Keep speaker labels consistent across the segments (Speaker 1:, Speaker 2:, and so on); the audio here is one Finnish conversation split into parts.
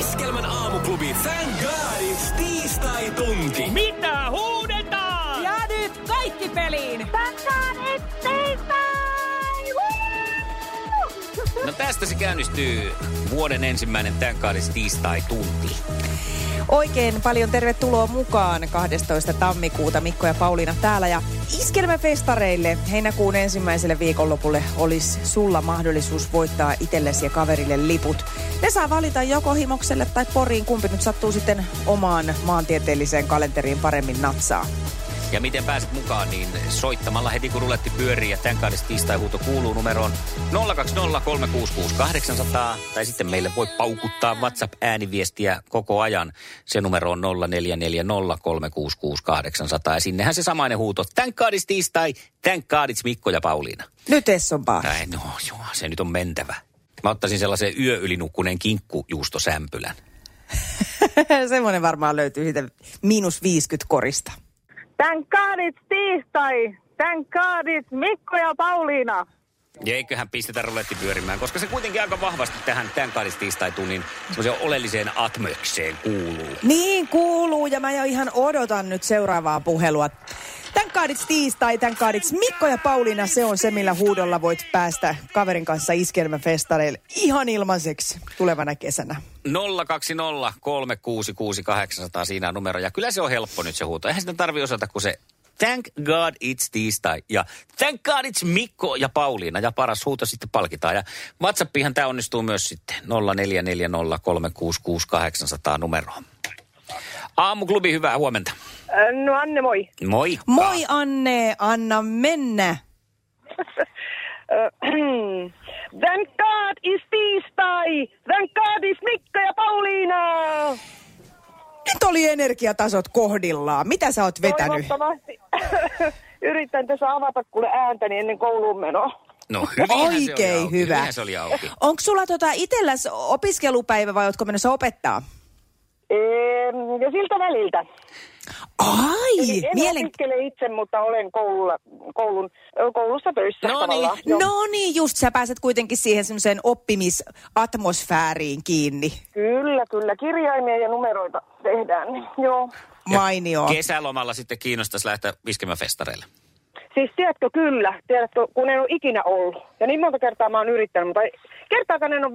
Speaker 1: Iskelmän aamuklubi Thank Godits tiistai-tunti.
Speaker 2: Mitä huudetaan?
Speaker 3: Ja nyt kaikki peliin!
Speaker 2: No tästä se käynnistyy vuoden ensimmäinen tämän tiistai-tunti.
Speaker 3: Oikein paljon tervetuloa mukaan 12. tammikuuta Mikko ja Pauliina täällä ja iskelmäfestareille heinäkuun ensimmäiselle viikonlopulle olisi sulla mahdollisuus voittaa itsellesi ja kaverille liput. Ne saa valita joko Himokselle tai Poriin, kumpi nyt sattuu sitten omaan maantieteelliseen kalenteriin paremmin natsaa.
Speaker 2: Ja miten pääset mukaan, niin soittamalla heti kun ruletti pyörii ja tämän kaadessa tiistai-huuto kuuluu numeroon 020366800 tai sitten meille voi paukuttaa WhatsApp-ääniviestiä koko ajan. Se numero on 0440366800 ja sinnehän se samainen huuto. Tän kaadissa tiistai, tän kaadits Mikko ja Pauliina.
Speaker 3: Nyt Esson Baar.
Speaker 2: Ai no joo, se nyt on mentävä. Mä ottaisin sellaisen yö yli nukkuneen kinkkujuustosämpylän.
Speaker 3: Semmoinen varmaan löytyy siitä miinus 50 korista.
Speaker 4: Thank God it's tiistai. Thank God it's Mikko ja Pauliina.
Speaker 2: Ja eiköhän pistetä ruletti pyörimään, koska se kuitenkin aika vahvasti tähän tämän kaadissa tiistai-tunnin semmoiseen oleelliseen atmökseen kuuluu.
Speaker 3: Niin kuuluu ja mä jo ihan odotan nyt seuraavaa puhelua. Tän kaadits tiistai, tän kaadits Mikko ja Pauliina, se on se millä huudolla voit päästä kaverin kanssa iskelmäfestareille ihan ilmaiseksi tulevana kesänä.
Speaker 2: 020 366 800, siinä on numero. Ja kyllä se on helppo nyt se huuto. Eihän sitä tarvi osata, kun se Thank God it's tiistai ja Thank God it's Mikko ja Pauliina ja paras huuto sitten palkitaan. Ja WhatsAppihan tämä onnistuu myös sitten 0440366800 numeroon. Aamuklubi, hyvää huomenta.
Speaker 4: No Anne, moi.
Speaker 2: Moi.
Speaker 3: Moi Anne, anna mennä.
Speaker 4: Ö, Thank God it's tiistai. Thank God it's Mikko ja Pauliina.
Speaker 3: Nyt oli energiatasot kohdillaan. Mitä sä oot vetänyt?
Speaker 4: Toivottavasti. Yritän tässä avata kuule ääntäni ennen kouluun menoa.
Speaker 2: No hyvinhän se oli
Speaker 3: Oikein
Speaker 2: auki.
Speaker 3: hyvä.
Speaker 2: Hyvinhän se oli auki.
Speaker 3: Onko sulla tota itselläs opiskelupäivä vai ootko menossa opettaa?
Speaker 4: Ehm, Ja siltä väliltä.
Speaker 3: Ai,
Speaker 4: En
Speaker 3: mielen...
Speaker 4: opiskele itse, mutta olen koululla, koulun, ö, koulussa töissä
Speaker 2: No niin.
Speaker 4: tavallaan. Joo.
Speaker 3: No niin, just sä pääset kuitenkin siihen semmoiseen oppimisatmosfääriin kiinni.
Speaker 4: Kyllä, kyllä. Kirjaimia ja numeroita tehdään. niin Joo.
Speaker 3: Mainio.
Speaker 2: Kesälomalla sitten kiinnostaisi lähteä viskemään festareille.
Speaker 4: Siis tiedätkö, kyllä. Tiedätkö, kun en ole ikinä ollut. Ja niin monta kertaa mä oon yrittänyt, mutta ei- kertaakaan en ole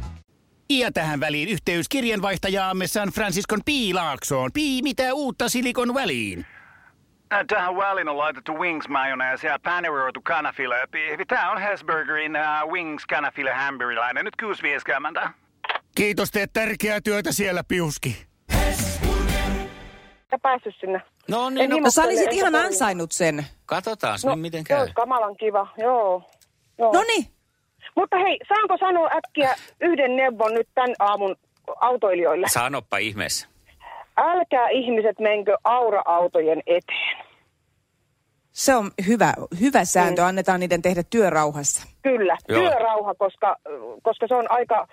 Speaker 5: Ja tähän väliin yhteys kirjanvaihtajaamme San Franciscon Piilaaksoon. Pii, mitä uutta Silikon väliin?
Speaker 6: Ä, Äh, Tähän väliin on laitettu wings mayonnaise ja paneroitu kanafila. Tämä on Hesburgerin ä, wings kanafila hamburilainen. Nyt kuusi vieskäämäntä.
Speaker 5: Kiitos, teet tärkeää työtä siellä, Piuski.
Speaker 4: vielä päässyt sinne.
Speaker 2: No niin,
Speaker 4: En
Speaker 2: no,
Speaker 4: niin,
Speaker 3: No sä olisit
Speaker 4: Enkä
Speaker 3: ihan
Speaker 4: tarvitse.
Speaker 3: ansainnut sen.
Speaker 2: katsotaan no,
Speaker 4: No,
Speaker 2: nyt miten
Speaker 4: se
Speaker 2: käy.
Speaker 4: olisi kamalan kiva, joo. joo.
Speaker 3: No niin,
Speaker 4: Mutta hei, saanko sanoa äkkiä yhden neuvon nyt tämän aamun autoilijoille?
Speaker 2: Sanoppa ihmeessä.
Speaker 4: Älkää ihmiset menkö aura-autojen eteen.
Speaker 3: se on hyvä, hyvä
Speaker 4: Niin.
Speaker 3: sääntö. Annetaan niiden tehdä työrauhassa.
Speaker 4: Kyllä,
Speaker 2: Joo.
Speaker 4: Joo. työrauha, koska, koska se on aika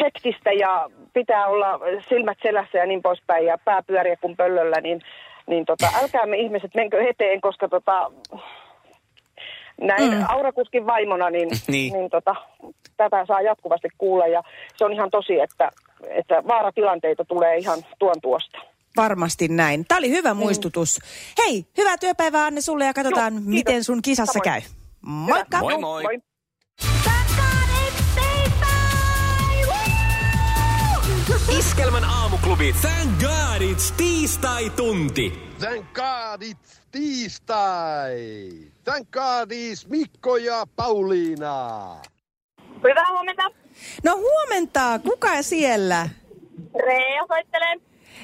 Speaker 4: hektistä ja pitää olla silmät selässä ja niin poispäin ja pää pyöriä kuin pöllöllä, niin, niin tota, älkää me ihmiset menkö eteen, koska tota, näin mm. aurakuskin vaimona, niin,
Speaker 2: Niin.
Speaker 4: niin. niin tota, tätä saa jatkuvasti kuulla ja se on ihan tosi, että, että vaaratilanteita tulee ihan tuon tuosta.
Speaker 3: Varmasti näin. Tämä oli
Speaker 4: Niin.
Speaker 3: hyvä muistutus. Hei, hyvää työpäivää Anne sulle ja katsotaan,
Speaker 4: Joo, kiitos.
Speaker 3: miten sun kisassa
Speaker 4: Samoin.
Speaker 3: käy. Moikka!
Speaker 2: Moi moi.
Speaker 4: Moi.
Speaker 1: Iskelmän aamuklubi klubi. Thank God it's tiistai-tunti.
Speaker 7: Thank God it's tiistai! Thank God it's Mikko ja Pauliina!
Speaker 8: Hyvää huomenta.
Speaker 3: No huomenta, kuka siellä?
Speaker 8: Rea soittelee.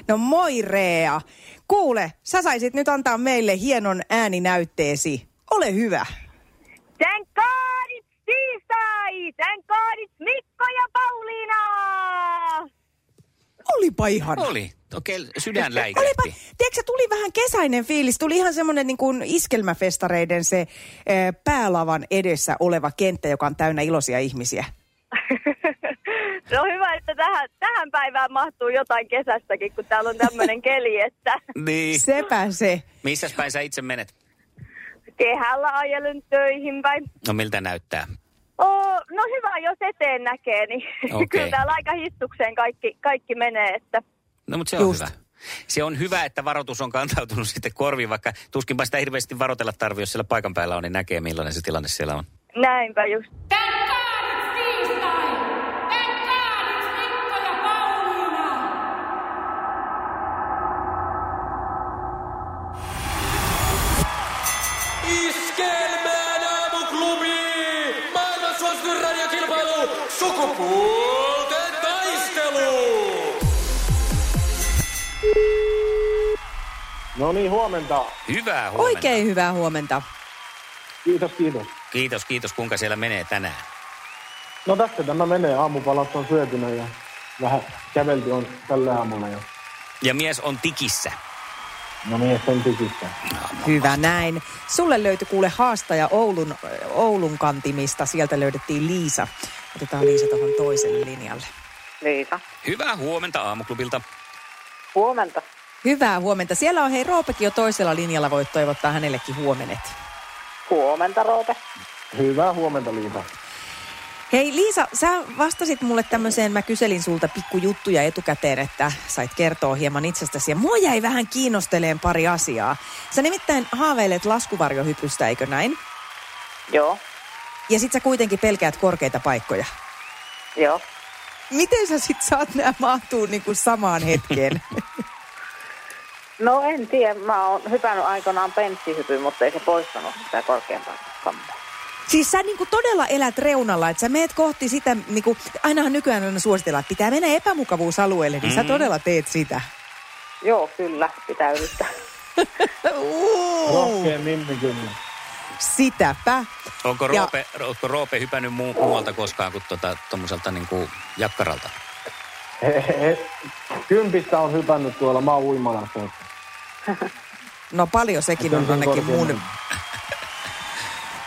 Speaker 3: No moi Rea. Kuule, sä saisit nyt antaa meille hienon ääninäytteesi. Ole hyvä.
Speaker 8: Thank God it's tiistai! Thank God it's Mikko ja Pauliina!
Speaker 3: Olipa ihana.
Speaker 2: Oli. Okei, okay, sydän
Speaker 3: Olipa,
Speaker 2: läikähti.
Speaker 3: tiedätkö, tuli vähän kesäinen fiilis. Tuli ihan semmoinen niin kuin iskelmäfestareiden se eh, päälavan edessä oleva kenttä, joka on täynnä iloisia ihmisiä.
Speaker 8: No hyvä, että tähän, tähän päivään mahtuu jotain kesästäkin, kun täällä on tämmöinen keli, että
Speaker 2: Niin.
Speaker 3: Sepä se.
Speaker 2: Missäs päin sä itse menet?
Speaker 8: kehällä ajelen töihin päin.
Speaker 2: No miltä näyttää?
Speaker 8: Oh, no hyvä, jos eteen näkee, niin
Speaker 2: Okei.
Speaker 8: okay. kyllä täällä aika histukseen kaikki, kaikki menee, että
Speaker 2: No mutta se on
Speaker 3: Just.
Speaker 2: hyvä. Se on hyvä, että varoitus on kantautunut sitten korviin, vaikka tuskinpa sitä hirveästi varotella tarvii, jos siellä paikan päällä on, niin näkee millainen se tilanne siellä on.
Speaker 8: näinpä just.
Speaker 9: Iskelmään aamuklubi! Maailman suosituin radiokilpailu! Sukupuolten taistelu!
Speaker 10: No niin, huomenta.
Speaker 2: Hyvää huomenta.
Speaker 3: Oikein hyvää huomenta.
Speaker 10: Kiitos, kiitos.
Speaker 2: Kiitos, kiitos, kuinka siellä menee tänään.
Speaker 10: No tässä tämä menee. Aamupalat on syötynä ja vähän kävelty on tällä aamulla jo.
Speaker 2: Ja mies on tikissä.
Speaker 10: No mies on tykissä.
Speaker 3: Hyvä näin. Sulle löytyi kuule haastaja Oulun, ö, Oulun kantimista. Sieltä löydettiin Liisa. Otetaan Liisa tuohon toiselle linjalle.
Speaker 4: Niin,
Speaker 11: Liisa.
Speaker 2: Hyvää huomenta aamuklubilta.
Speaker 11: Huomenta.
Speaker 3: Hyvää huomenta. Siellä on hei Roopekin jo toisella linjalla. Voit toivottaa hänellekin huomenet.
Speaker 11: Huomenta, Roope.
Speaker 10: Hyvää huomenta, Liisa.
Speaker 3: Hei Liisa, sä vastasit mulle tämmöiseen, mä kyselin sulta pikkujuttuja etukäteen, että sait kertoa hieman itsestäsi. Ja mua jäi vähän kiinnosteleen pari asiaa. Sä nimittäin haaveilet laskuvarjohypystä, eikö näin?
Speaker 11: Joo,
Speaker 3: Ja sit sä kuitenkin pelkäät korkeita paikkoja.
Speaker 11: joo.
Speaker 3: Miten sä sit saat nämä mahtuu niinku samaan hetkeen?
Speaker 11: No en tiedä, mä oon hypännyt aikanaan penssihypyn, mutta ei se poistanut sitä korkeampaa kammaa.
Speaker 3: siis sä niinku todella elät reunalla, että sä meet kohti sitä, niinku, ainahan nykyään on suositella, että pitää mennä epämukavuusalueelle, niin mm. sä todella teet sitä.
Speaker 11: Joo, kyllä, pitää yrittää.
Speaker 3: Uu,
Speaker 10: Rohkeen nimi kyllä.
Speaker 3: sitäpä.
Speaker 2: Onko
Speaker 3: Ja-
Speaker 2: Roope, onko Roope hypännyt muu, muualta koskaan kuin tuota, tuommoiselta niin kuin jakkaralta?
Speaker 10: Hehehe. e, Kympistä on hypännyt tuolla maa uimalassa.
Speaker 3: No paljon sekin on ainakin mun,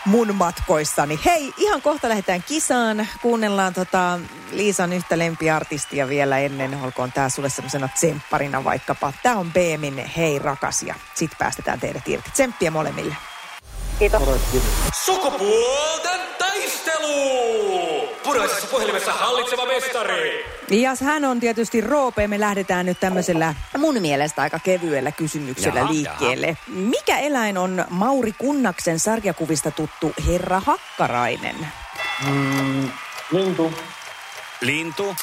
Speaker 3: mun matkoissani. Hei, ihan kohta lähdetään kisaan. Kuunnellaan tota Liisan yhtä lempiartistia vielä ennen. Olkoon tää sulle semmoisena tsempparina vaikkapa. Tää on Beemin Hei rakas ja sit päästetään teidät irti. Tsemppiä molemmille.
Speaker 11: Kiitos.
Speaker 9: Sukupuolten taistelu! Punaisessa puhelimessa hallitseva mestari!
Speaker 3: Ja hän on tietysti Roope. Me lähdetään nyt tämmöisellä mun mielestä aika kevyellä kysymyksellä
Speaker 2: Jaha,
Speaker 3: liikkeelle. Mikä eläin on Mauri Kunnaksen sarjakuvista tuttu herra Hakkarainen?
Speaker 10: Lintu.
Speaker 2: Lintu?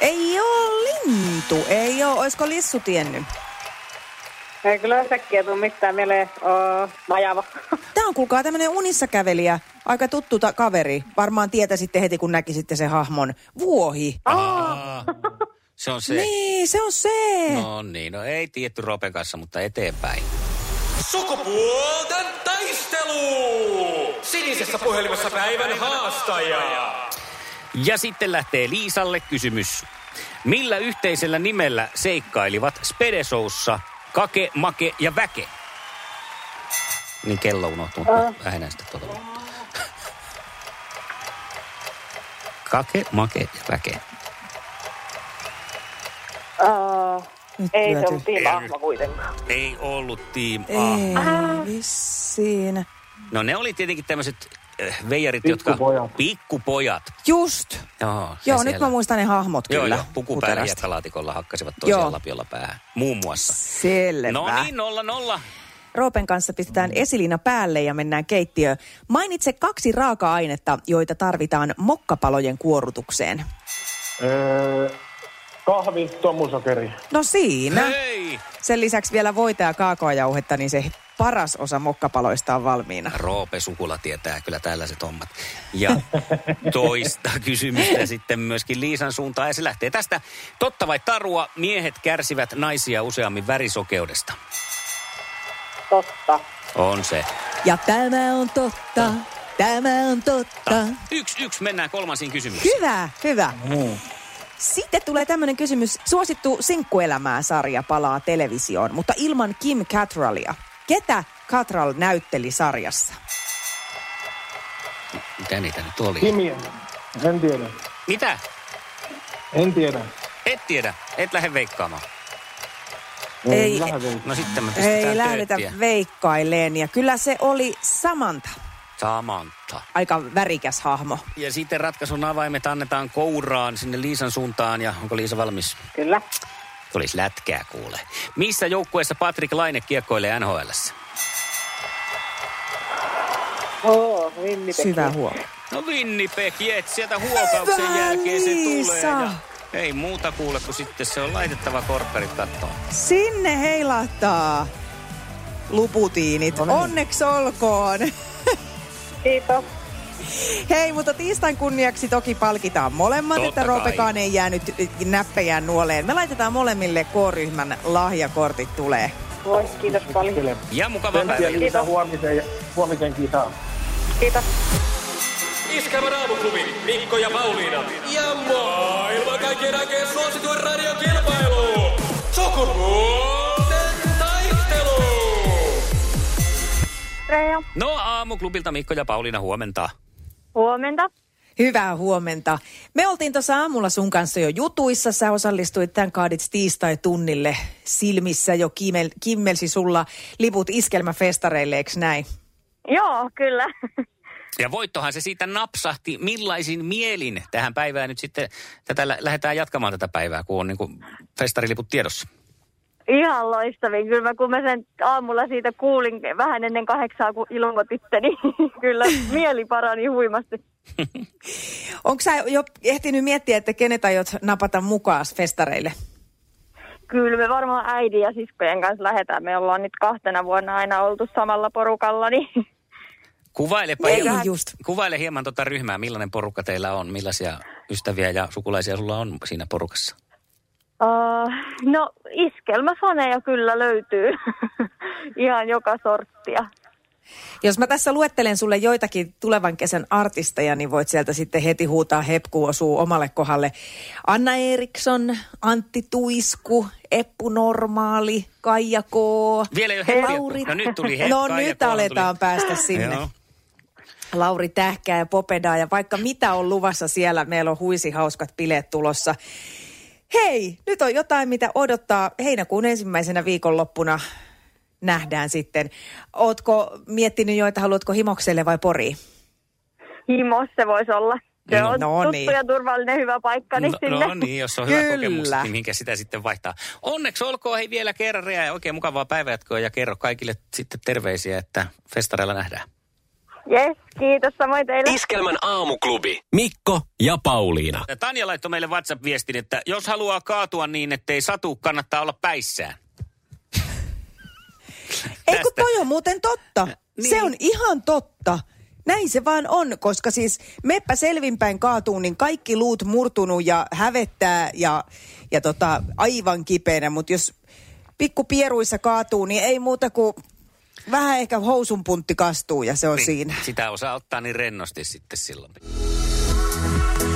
Speaker 3: Ei oo lintu, ei oo. Oisko Lissu tiennyt?
Speaker 11: Ei kyllä säkkiä tule mitään mieleen. Oo, majava.
Speaker 3: Tää on kuulkaa tämmönen unissa kävelijä, aika tuttu ta- kaveri. Varmaan tietäisitte heti, kun näkisitte sen hahmon. Vuohi. Ah,
Speaker 2: Aa, se on Ah, se.
Speaker 3: Niin, se on se.
Speaker 2: No niin, no ei tietty Roopen kanssa, mutta eteenpäin.
Speaker 9: Sukupuolten taistelu! Sinisessä puhelimessa päivän haastaja!
Speaker 2: Ja sitten lähtee Liisalle kysymys. Millä yhteisellä nimellä seikkailivat Spedesoussa Kake, Make ja Väke? Niin kello unohtuu, mutta vähennän sitä tuota. Kake, Make ja Väke.
Speaker 11: Oo,
Speaker 3: Nyt
Speaker 11: ei se
Speaker 3: lyöty.
Speaker 11: ollut tiimahma kuitenkaan.
Speaker 2: Ei ollut Team A. Ah.
Speaker 3: Ei, vissiin.
Speaker 2: No ne oli tietenkin tämmöiset äh, veijarit, jotka...
Speaker 10: Pikkupojat.
Speaker 2: Pikkupojat.
Speaker 3: Just.
Speaker 2: Joo, se
Speaker 3: Joo, nyt
Speaker 2: siellä.
Speaker 3: mä muistan ne hahmot
Speaker 2: Joo,
Speaker 3: kyllä.
Speaker 2: joo, pukupäällä
Speaker 3: huterasti.
Speaker 2: hiekkalaatikolla hakkasivat toisiaan
Speaker 3: Joo.
Speaker 2: lapiolla päähän. Muun muassa.
Speaker 3: Selvä.
Speaker 2: No niin, nolla nolla.
Speaker 3: Roopen kanssa pistetään esiliina päälle ja mennään keittiöön. Mainitse kaksi raaka-ainetta, joita tarvitaan mokkapalojen kuorutukseen.
Speaker 10: Öö, Kahvi, tomusokeri.
Speaker 3: No siinä. Hei! Sen lisäksi vielä voita ja kaakaojauhetta, niin se paras osa mokkapaloista on valmiina.
Speaker 2: Roope Sukula tietää kyllä tällaiset hommat. Ja toista kysymystä sitten myöskin Liisan suuntaan. Ja se lähtee tästä. Totta vai tarua, miehet kärsivät naisia useammin värisokeudesta.
Speaker 11: Totta.
Speaker 2: On se.
Speaker 3: Ja tämä on totta. Tämä on totta.
Speaker 2: Yksi, yksi, mennään kolmansiin kysymyksiin.
Speaker 3: Hyvä, hyvä. Mm. Sitten tulee tämmöinen kysymys. Suosittu Sinkkuelämää-sarja palaa televisioon, mutta ilman Kim Cattrallia. Ketä Cattrall näytteli sarjassa?
Speaker 2: Mitä niitä nyt oli?
Speaker 10: Kimi, en tiedä.
Speaker 2: Mitä?
Speaker 10: En tiedä.
Speaker 2: Et tiedä. Et lähde veikkaamaan.
Speaker 10: En
Speaker 3: Ei,
Speaker 10: lähde vielä.
Speaker 2: No sitten mä
Speaker 3: Ei
Speaker 2: testetään
Speaker 3: lähdetä
Speaker 2: tööttiä.
Speaker 3: veikkaileen. Ja kyllä se oli Samanta.
Speaker 2: Samantha.
Speaker 3: Aika värikäs hahmo.
Speaker 2: Ja sitten ratkaisun avaimet annetaan kouraan sinne Liisan suuntaan. Ja onko Liisa valmis?
Speaker 11: Kyllä.
Speaker 2: Tulisi lätkää kuule. Missä joukkueessa Patrick Laine kiekkoilee NHLssä?
Speaker 11: Oo, Winnipeg.
Speaker 3: Syvä huomio.
Speaker 2: No Winnipeg Jets, sieltä huokauksen
Speaker 3: Hyvä,
Speaker 2: jälkeen se tulee. Ja
Speaker 3: Liisa!
Speaker 2: ei muuta kuule, kun sitten se on laitettava korkkarit kattoon.
Speaker 3: Sinne heilahtaa luputiinit. No niin. Onneksi olkoon.
Speaker 11: Kiitos.
Speaker 3: Hei, mutta tiistain kunniaksi toki palkitaan molemmat,
Speaker 2: Totta
Speaker 3: että
Speaker 2: kai.
Speaker 3: Roopekaan ei jäänyt näppejään nuoleen. Me laitetaan molemmille K-ryhmän lahjakortit tulee.
Speaker 11: Voi, kiitos paljon.
Speaker 2: Ja mukava päivä.
Speaker 10: Pelkkiä Liisa huomiseen, ja- huomiseen kisaa.
Speaker 11: Kiitos.
Speaker 9: Iskävän aamuklubi, Mikko ja Pauliina. Ja maailman kaikkien aikeen suosituen radiokilpailu. Sukupuolten taistelu.
Speaker 8: Reija,
Speaker 2: No aamuklubilta Mikko ja Pauliina huomenta.
Speaker 8: huomenta.
Speaker 3: Hyvää huomenta. Me oltiin tuossa aamulla sun kanssa jo jutuissa. Sä osallistuit tämän kaadits tiistai-tunnille. Silmissä jo kimmel, kimmelsi sulla liput iskelmäfestareille, eiks näin?
Speaker 8: Joo, kyllä.
Speaker 2: Ja voittohan se siitä napsahti. Millaisin mielin tähän päivään nyt sitten tätä lä- lähdetään jatkamaan tätä päivää, kun on niin kuin festariliput tiedossa.
Speaker 8: Ihan loistavin. Kyllä mä, kun mä sen aamulla siitä kuulin vähän ennen kahdeksaa, kun ilmoititte, niin kyllä mieli parani huimasti.
Speaker 3: Onko sä jo ehtinyt miettiä, että kenet aiot napata mukaan festareille?
Speaker 8: Kyllä me varmaan äidin ja siskojen kanssa lähdetään. Me ollaan nyt kahtena vuonna aina oltu samalla porukalla, niin
Speaker 2: Kuvailepa
Speaker 3: Ei
Speaker 2: hieman,
Speaker 3: just.
Speaker 2: kuvaile hieman tuota ryhmää, millainen porukka teillä on, millaisia ystäviä ja sukulaisia sulla on siinä porukassa.
Speaker 8: Uh, no iskelmäfaneja kyllä löytyy ihan joka sorttia.
Speaker 3: Jos mä tässä luettelen sulle joitakin tulevan kesän artisteja, niin voit sieltä sitten heti huutaa hepku osuu omalle kohdalle. Anna Eriksson, Antti Tuisku, Eppu Normaali, Kaija K.
Speaker 2: Vielä jo heti.
Speaker 3: Lauri...
Speaker 2: No nyt tuli heti.
Speaker 3: No nyt aletaan päästä sinne.
Speaker 2: Joo.
Speaker 3: Lauri Tähkää ja Popedaa ja vaikka mitä on luvassa siellä. Meillä on huisi hauskat bileet tulossa. Hei, nyt on jotain, mitä odottaa heinäkuun ensimmäisenä viikonloppuna nähdään sitten. Ootko miettinyt jo, että haluatko himokselle vai poriin?
Speaker 8: Himos se voisi olla. Se
Speaker 3: No,
Speaker 8: on
Speaker 3: no
Speaker 8: tuttu
Speaker 3: niin.
Speaker 8: ja turvallinen hyvä paikka, niin
Speaker 2: No,
Speaker 8: sinne.
Speaker 2: no niin, jos on hyvä
Speaker 3: Kyllä.
Speaker 2: kokemus, niin minkä sitä sitten vaihtaa. Onneksi olkoon hei vielä kerran Rea, ja oikein mukavaa päivänjatkoa ja kerro kaikille sitten terveisiä, että festareilla nähdään.
Speaker 8: Yes, kiitos samoin teille.
Speaker 1: Iskelmän aamuklubi. Mikko ja Pauliina.
Speaker 2: Ja Tanja laittoi meille WhatsApp-viestin, että jos haluaa kaatua niin, ettei satu, kannattaa olla päissään.
Speaker 3: Ei kun
Speaker 2: Tästä.
Speaker 3: toi on muuten totta.
Speaker 2: Niin.
Speaker 3: Niin. Se on ihan totta. Näin se vaan on, koska siis meppä selvinpäin kaatuu, niin kaikki luut murtunut ja hävettää ja, ja tota, aivan kipeänä. Mutta jos pikkupieruissa kaatuu, niin ei muuta kuin vähän ehkä housunpuntti kastuu ja se
Speaker 2: Niin.
Speaker 3: on No siinä.
Speaker 2: Sitä osaa ottaa niin rennosti sitten silloin.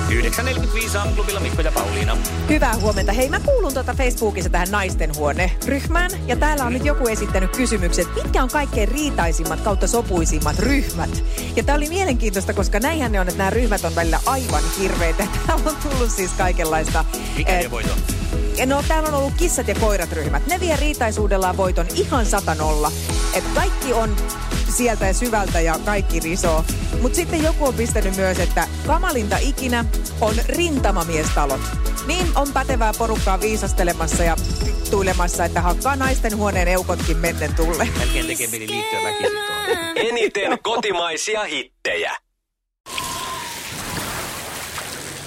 Speaker 2: 9.45 aamuklubilla Mikko ja Pauliina.
Speaker 3: Hyvää huomenta. Hei, mä kuulun tuota Facebookissa tähän naisten huone-ryhmään. Ja täällä on nyt joku esittänyt kysymykset, mitkä on kaikkein riitaisimmat kautta sopuisimmat ryhmät. Ja tää oli mielenkiintoista, koska näinhän ne on, että nämä ryhmät on välillä aivan hirveitä. Tää on tullut siis kaikenlaista.
Speaker 2: Mikä
Speaker 3: eh,
Speaker 2: ne voi olla?
Speaker 3: ja No täällä on ollut kissat ja koirat ryhmät. Ne vie riitaisuudellaan voiton ihan satanolla. Et kaikki on sieltä ja syvältä ja kaikki risoo. Mut sitten joku on pistänyt myös, että kamalinta ikinä on rintamamiestalot. Niin on pätevää porukkaa viisastelemassa ja tuilemassa, että hakkaa naisten huoneen eukotkin mennen tulle.
Speaker 2: Melkein tekee mieli liittyä väkisin tuohon.
Speaker 1: Eniten kotimaisia hittejä.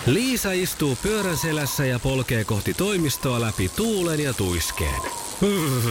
Speaker 1: Liisa istuu pyörän selässä ja polkee kohti toimistoa läpi tuulen ja tuiskeen.